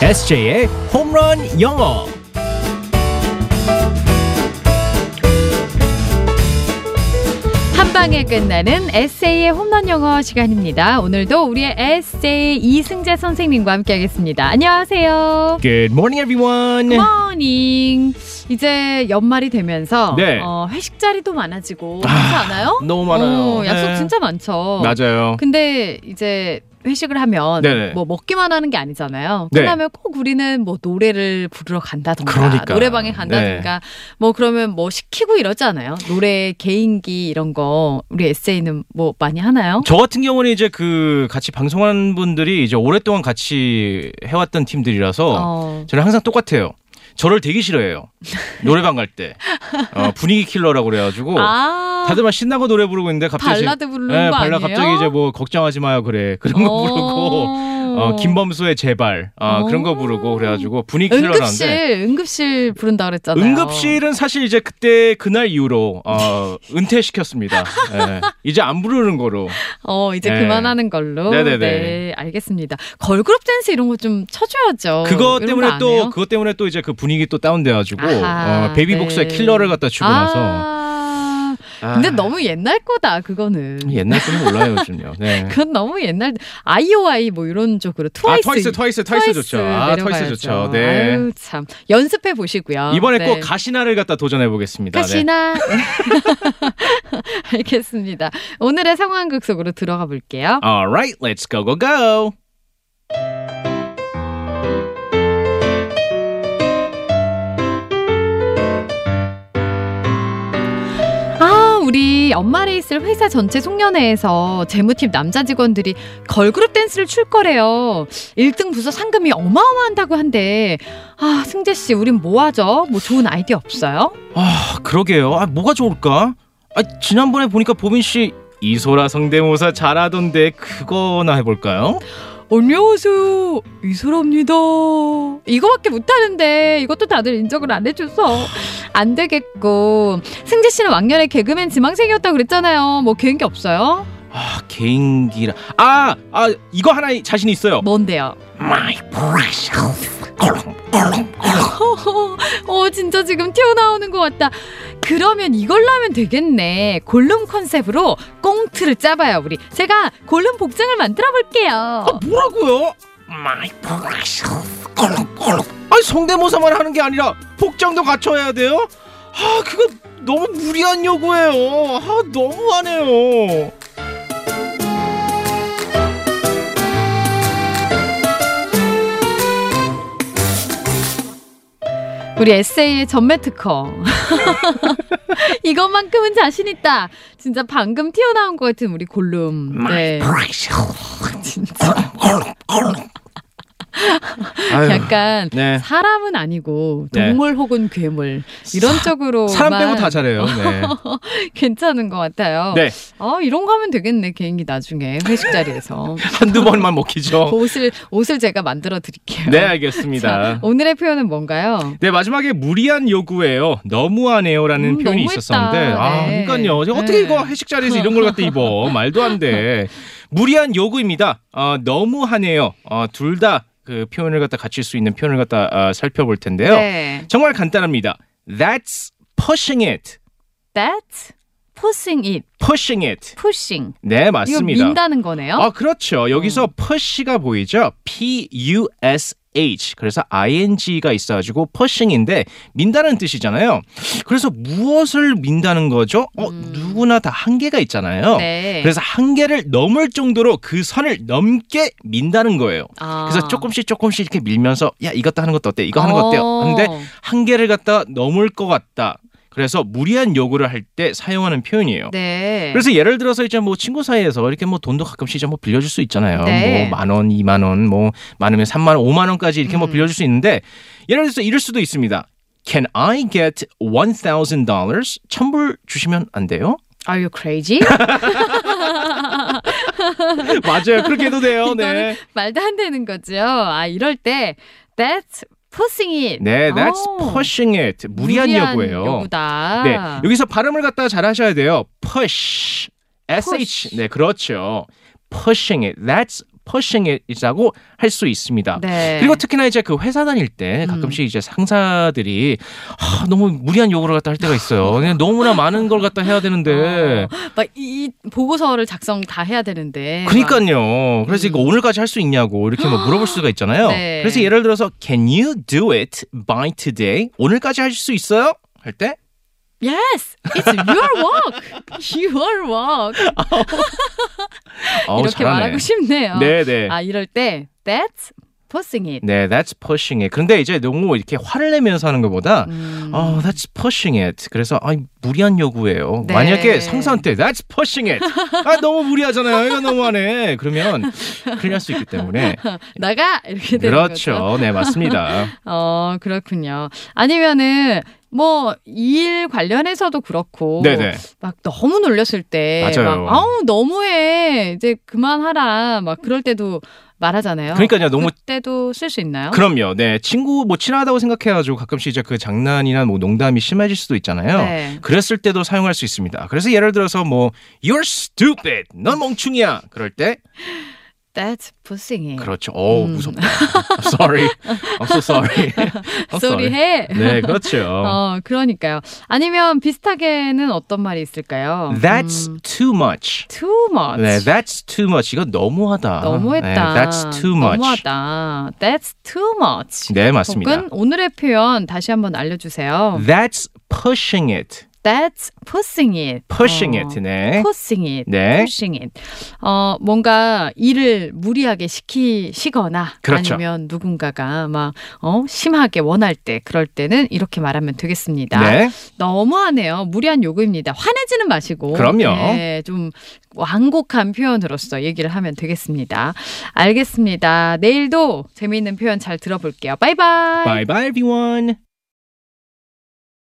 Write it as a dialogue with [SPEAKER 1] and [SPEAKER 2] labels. [SPEAKER 1] SJ의 홈런 영어.
[SPEAKER 2] 한 방에 끝나는 에세이의 홈런 영어 시간입니다. 오늘도 우리의 에세이 이승재 선생님과 함께하겠습니다. 안녕하세요.
[SPEAKER 1] Good morning, everyone.
[SPEAKER 2] 굿모닝. 이제 연말이 되면서
[SPEAKER 1] 네.
[SPEAKER 2] 어, 회식 자리도 많아지고 그렇지 않아요?
[SPEAKER 1] 너무 많아요.
[SPEAKER 2] 어, 약속
[SPEAKER 1] 네.
[SPEAKER 2] 진짜 그 많죠.
[SPEAKER 3] 어?
[SPEAKER 1] 맞아요.
[SPEAKER 2] 근데 이제 회식을 하면
[SPEAKER 1] 네네.
[SPEAKER 2] 뭐 먹기만 하는 게 아니잖아요.
[SPEAKER 1] 네.
[SPEAKER 2] 끝나면 꼭 우리는 뭐 노래를 부르러 간다든가
[SPEAKER 1] 그러니까.
[SPEAKER 3] 네.
[SPEAKER 2] 노래방에 간다든가 뭐 그러면 뭐 시키고 이러잖아요. 노래 개인기 이런 거 우리 에세이는 뭐 많이 하나요?
[SPEAKER 3] 저 같은 경우는 이제 그 같이 방송하는 분들이 이제 오랫동안 같이 해왔던 팀들이라서
[SPEAKER 2] 어.
[SPEAKER 3] 저는 항상 똑같아요. 저를 되게 싫어해요. 노래방 갈 때. 어, 분위기 킬러라고 그래가지고.
[SPEAKER 2] 아
[SPEAKER 3] 다들 막 신나고 노래 부르고 있는데 갑자기.
[SPEAKER 2] 발라드 부르는
[SPEAKER 3] 예,
[SPEAKER 2] 거
[SPEAKER 3] 발라
[SPEAKER 2] 아니에요?
[SPEAKER 3] 갑자기 이제 뭐 걱정하지 마요 그래. 그런 거 부르고. 어, 김범수의 제발. 어, 그런
[SPEAKER 2] 어.
[SPEAKER 3] 거 부르고 그래가지고 분위기
[SPEAKER 2] 응급실
[SPEAKER 3] 킬러라는데.
[SPEAKER 2] 응급실 부른다 그랬잖아요.
[SPEAKER 3] 응급실은 사실 이제 그때 그날 이후로 어, 은퇴시켰습니다. 예. 이제 안 부르는 거로.
[SPEAKER 2] 어 이제
[SPEAKER 3] 네.
[SPEAKER 2] 그만하는 걸로.
[SPEAKER 3] 네네네.
[SPEAKER 2] 네, 알겠습니다. 걸그룹 댄스 이런 거 좀 쳐줘야죠.
[SPEAKER 3] 그것
[SPEAKER 2] 어, 이런 거안
[SPEAKER 3] 때문에
[SPEAKER 2] 해요?
[SPEAKER 3] 또 그것 때문에 또 이제 그 분위기 또 다운돼가지고
[SPEAKER 2] 아하,
[SPEAKER 3] 어, 베이비복스의
[SPEAKER 2] 네.
[SPEAKER 3] 킬러를 갖다 주고 나서
[SPEAKER 2] 아, 근데
[SPEAKER 3] 아, 예.
[SPEAKER 2] 너무 옛날 거다 그거는.
[SPEAKER 3] 옛날 거는 몰라요 요즘요. 네.
[SPEAKER 2] 그건 너무 옛날 아이오아이 뭐 이런 쪽으로
[SPEAKER 3] 아
[SPEAKER 2] 트와이스.
[SPEAKER 3] 트와이스 트와이스 트와이스 좋죠. 아 트와이스
[SPEAKER 2] 내려가야죠.
[SPEAKER 3] 좋죠. 네
[SPEAKER 2] 아유, 참 연습해 보시고요.
[SPEAKER 3] 이번에
[SPEAKER 2] 네.
[SPEAKER 3] 꼭 가시나를 갖다 도전해 보겠습니다. 네.
[SPEAKER 2] 가시나. 알겠습니다. 오늘의 상황극 속으로 들어가 볼게요.
[SPEAKER 3] 네. Alright, let's go go go.
[SPEAKER 2] 아, 우리 연말에 있을 회사 전체 송년회에서 재무팀 남자 직원들이 걸그룹 댄스를 출 거래요. 1등 부서 상금이 어마어마한다고 한데, 아, 승재 씨, 우린 뭐 하죠? 뭐 좋은 아이디어 없어요?
[SPEAKER 3] 아 그러게요. 아 뭐가 좋을까? 아 지난번에 보니까 보민 씨 이소라 성대모사 잘하던데 그거나 해볼까요?
[SPEAKER 2] 안녕하세요. 이소라입니다. 이거밖에 못하는데 이것도 다들 인정을 안 해줘서 안 되겠고 승재 씨는 왕년에 개그맨 지망생이었다고 그랬잖아요. 뭐 개인 기 없어요?
[SPEAKER 3] 아 개인기라. 아아 이거 하나 자신 있어요.
[SPEAKER 2] 뭔데요?
[SPEAKER 3] My precious. 얼렁, 얼렁, 얼렁.
[SPEAKER 2] 어 진짜 지금 튀어나오는 것 같다. 그러면 이걸로 하면 되겠네. 골룸 컨셉으로 꽁트를 짜봐요 우리. 제가 골룸 복장을 만들어 볼게요.
[SPEAKER 3] 아 뭐라고요? My precious. 얼렁, 얼렁. 아니 성대모사만 하는 게 아니라 복장도 갖춰야 돼요? 아 그거 너무 무리한 요구예요. 아 너무하네요.
[SPEAKER 2] 우리 에세이의 전매 특허. 이것만큼은 자신 있다. 진짜 방금 튀어나온 것 같은 우리 골룸. 네,
[SPEAKER 3] precious.
[SPEAKER 2] 진짜
[SPEAKER 3] 얼렁, 얼렁. 아유,
[SPEAKER 2] 약간
[SPEAKER 3] 네.
[SPEAKER 2] 사람은 아니고
[SPEAKER 3] 네.
[SPEAKER 2] 동물 혹은 괴물 이런 쪽으로
[SPEAKER 3] 사람 빼고 다 잘해요. 네.
[SPEAKER 2] 괜찮은 것 같아요.
[SPEAKER 3] 네.
[SPEAKER 2] 아 이런 거 하면 되겠네 개인기 나중에 회식 자리에서
[SPEAKER 3] 한두 번만 먹히죠.
[SPEAKER 2] 옷을 옷을 제가 만들어 드릴게요.
[SPEAKER 3] 어. 네,
[SPEAKER 2] 자,
[SPEAKER 3] 알겠습니다.
[SPEAKER 2] 오늘의 표현은 뭔가요?
[SPEAKER 3] 네 마지막에 무리한 요구예요. 너무하네요라는
[SPEAKER 2] 음,
[SPEAKER 3] 표현이
[SPEAKER 2] 너무했다.
[SPEAKER 3] 있었었는데 아
[SPEAKER 2] 네.
[SPEAKER 3] 그러니까요. 제가 어떻게
[SPEAKER 2] 네.
[SPEAKER 3] 이거 회식 자리에서 이런 걸 갖다 입어 말도 안 돼. 무리한 요구입니다. 아 너무하네요. 어, 둘 다 그 표현을 갖다 갖출 수 있는 표현을 갖다 아, 살펴볼 텐데요.
[SPEAKER 2] 네.
[SPEAKER 3] 정말 간단합니다. That's pushing it.
[SPEAKER 2] That's pushing it,
[SPEAKER 3] Pushing it.
[SPEAKER 2] pushing.
[SPEAKER 3] 네
[SPEAKER 2] 이거
[SPEAKER 3] 맞습니다.
[SPEAKER 2] 민다는 거네요. 음.
[SPEAKER 3] 아 그렇죠. 여기서 push가 보이죠. P U S H. 그래서 ing가 있어가지고 pushing인데 민다는 뜻이잖아요. 그래서 무엇을 민다는 거죠? 어
[SPEAKER 2] 음.
[SPEAKER 3] 누구나 다 한계가 있잖아요.
[SPEAKER 2] 네.
[SPEAKER 3] 그래서 한계를 넘을 정도로 그 선을 넘게 민다는 거예요.
[SPEAKER 2] 아.
[SPEAKER 3] 그래서 조금씩 조금씩 이렇게 밀면서 야 이것도 하는 것도 어때? 이거 하는 것
[SPEAKER 2] 어.
[SPEAKER 3] 어때요? 근데 한계를 갖다 넘을 것 같다. 그래서 무리한 요구를 할 때 사용하는 표현이에요.
[SPEAKER 2] 네.
[SPEAKER 3] 그래서 예를 들어서 이제 뭐 친구 사이에서 이렇게 뭐 돈도 가끔씩 이제 뭐 빌려줄 수 있잖아요.
[SPEAKER 2] 네.
[SPEAKER 3] 뭐 만 원, 이만 원, 뭐 많으면 삼만 원, 오만 원까지 이렇게 뭐
[SPEAKER 2] 음.
[SPEAKER 3] 빌려줄 수 있는데 예를 들어서 이럴 수도 있습니다. Can I get one thousand dollars? 천불 주시면 안 돼요?
[SPEAKER 2] Are you crazy?
[SPEAKER 3] 맞아요. 그렇게 해도 돼요. 네.
[SPEAKER 2] 말도 안 되는 거죠. 아 이럴 때 that's pushing it.
[SPEAKER 3] 네, that's
[SPEAKER 2] 오.
[SPEAKER 3] pushing it. 무리한, 요구예요.
[SPEAKER 2] 요구다.
[SPEAKER 3] 네. 여기서 발음을 갖다 잘 하셔야 돼요. push. sh.
[SPEAKER 2] Push.
[SPEAKER 3] 네, 그렇죠. pushing it. that's 퍼싱이라고 할 수 있습니다.
[SPEAKER 2] 네. 음.
[SPEAKER 3] 그리고 특히나 이제 그 회사 다닐 때 가끔씩 이제 상사들이 아, 너무 무리한 요구를 갖다 할 때가 있어요. 그냥 너무나 많은 걸 갖다 해야 되는데.
[SPEAKER 2] 어. 막이 보고서를 작성 다 해야 되는데. 막
[SPEAKER 3] 그러니까요. 그래서 이거
[SPEAKER 2] 네. 음.
[SPEAKER 3] 오늘까지 할 수 있냐고 이렇게 뭐 물어볼 수가 있잖아요.
[SPEAKER 2] 네.
[SPEAKER 3] 그래서 예를 들어서 Can you do it by today? 오늘까지 할 수 있어요? 할 때?
[SPEAKER 2] Yes, it's your work. your work.
[SPEAKER 3] 어우,
[SPEAKER 2] 이렇게
[SPEAKER 3] 잘하네.
[SPEAKER 2] 말하고 싶네요.
[SPEAKER 3] 네네.
[SPEAKER 2] 아 이럴 때 that's pushing it.
[SPEAKER 3] 네, that's pushing it. 그런데 이제 너무 이렇게 화를 내면서 하는 것보다
[SPEAKER 2] 음.
[SPEAKER 3] 어, that's pushing it. 그래서 아, 무리한 요구예요.
[SPEAKER 2] 네.
[SPEAKER 3] 만약에 상사한테 that's pushing it. 아, 너무 무리하잖아요. 이거 너무하네. 그러면 큰일 날 수 있기 때문에
[SPEAKER 2] 나가 이렇게 되는 거죠.
[SPEAKER 3] 그렇죠. 네, 맞습니다.
[SPEAKER 2] 어 그렇군요. 아니면은 뭐 일 관련해서도 그렇고
[SPEAKER 3] 네, 네.
[SPEAKER 2] 막 너무 놀렸을 때
[SPEAKER 3] 맞아요.
[SPEAKER 2] 막 아우 너무해 이제 그만하라 막 그럴 때도 말하잖아요.
[SPEAKER 3] 그러니까요. 너무
[SPEAKER 2] 그때도 쓸 수 있나요?
[SPEAKER 3] 그럼요. 네, 친구 뭐 친하다고 생각해가지고 가끔씩 이제 그 장난이나 뭐 농담이 심해질 수도 있잖아요.
[SPEAKER 2] 네.
[SPEAKER 3] 그랬을 때도 사용할 수 있습니다. 그래서 예를 들어서 뭐 You're stupid. 넌 멍충이야. 그럴 때
[SPEAKER 2] That's pushing it.
[SPEAKER 3] 그렇죠. 어
[SPEAKER 2] 음.
[SPEAKER 3] 무섭다. I'm sorry. I'm so sorry. I'm
[SPEAKER 2] 소리 해.
[SPEAKER 3] 네, 그렇죠.
[SPEAKER 2] 어, 그러니까요. 아니면 비슷하게는 어떤 말이 있을까요?
[SPEAKER 3] That's
[SPEAKER 2] 음,
[SPEAKER 3] too much.
[SPEAKER 2] too much.
[SPEAKER 3] 네, that's too much. 이건 너무하다.
[SPEAKER 2] 너무했다.
[SPEAKER 3] 네, that's too much.
[SPEAKER 2] 너무하다. That's too much.
[SPEAKER 3] 네, 맞습니다.
[SPEAKER 2] 혹은 오늘의 표현 다시 한번 알려주세요.
[SPEAKER 3] That's pushing it.
[SPEAKER 2] That's pushing it.
[SPEAKER 3] Pushing
[SPEAKER 2] 어,
[SPEAKER 3] it. 네.
[SPEAKER 2] pushing it.
[SPEAKER 3] 네.
[SPEAKER 2] pushing it. 어, 뭔가 일을 무리하게 시키시거나
[SPEAKER 3] 그렇죠.
[SPEAKER 2] 아니면 누군가가 막 어, 심하게 원할 때 그럴 때는 이렇게 말하면 되겠습니다.
[SPEAKER 3] 네.
[SPEAKER 2] 너무하네요. 무리한 요구입니다. 화내지는 마시고.
[SPEAKER 3] 그럼요.
[SPEAKER 2] 네, 좀 완곡한 표현으로서 얘기를 하면 되겠습니다. 알겠습니다. 내일도 재미있는 표현 잘 들어볼게요. 바이바이.
[SPEAKER 3] Bye bye everyone.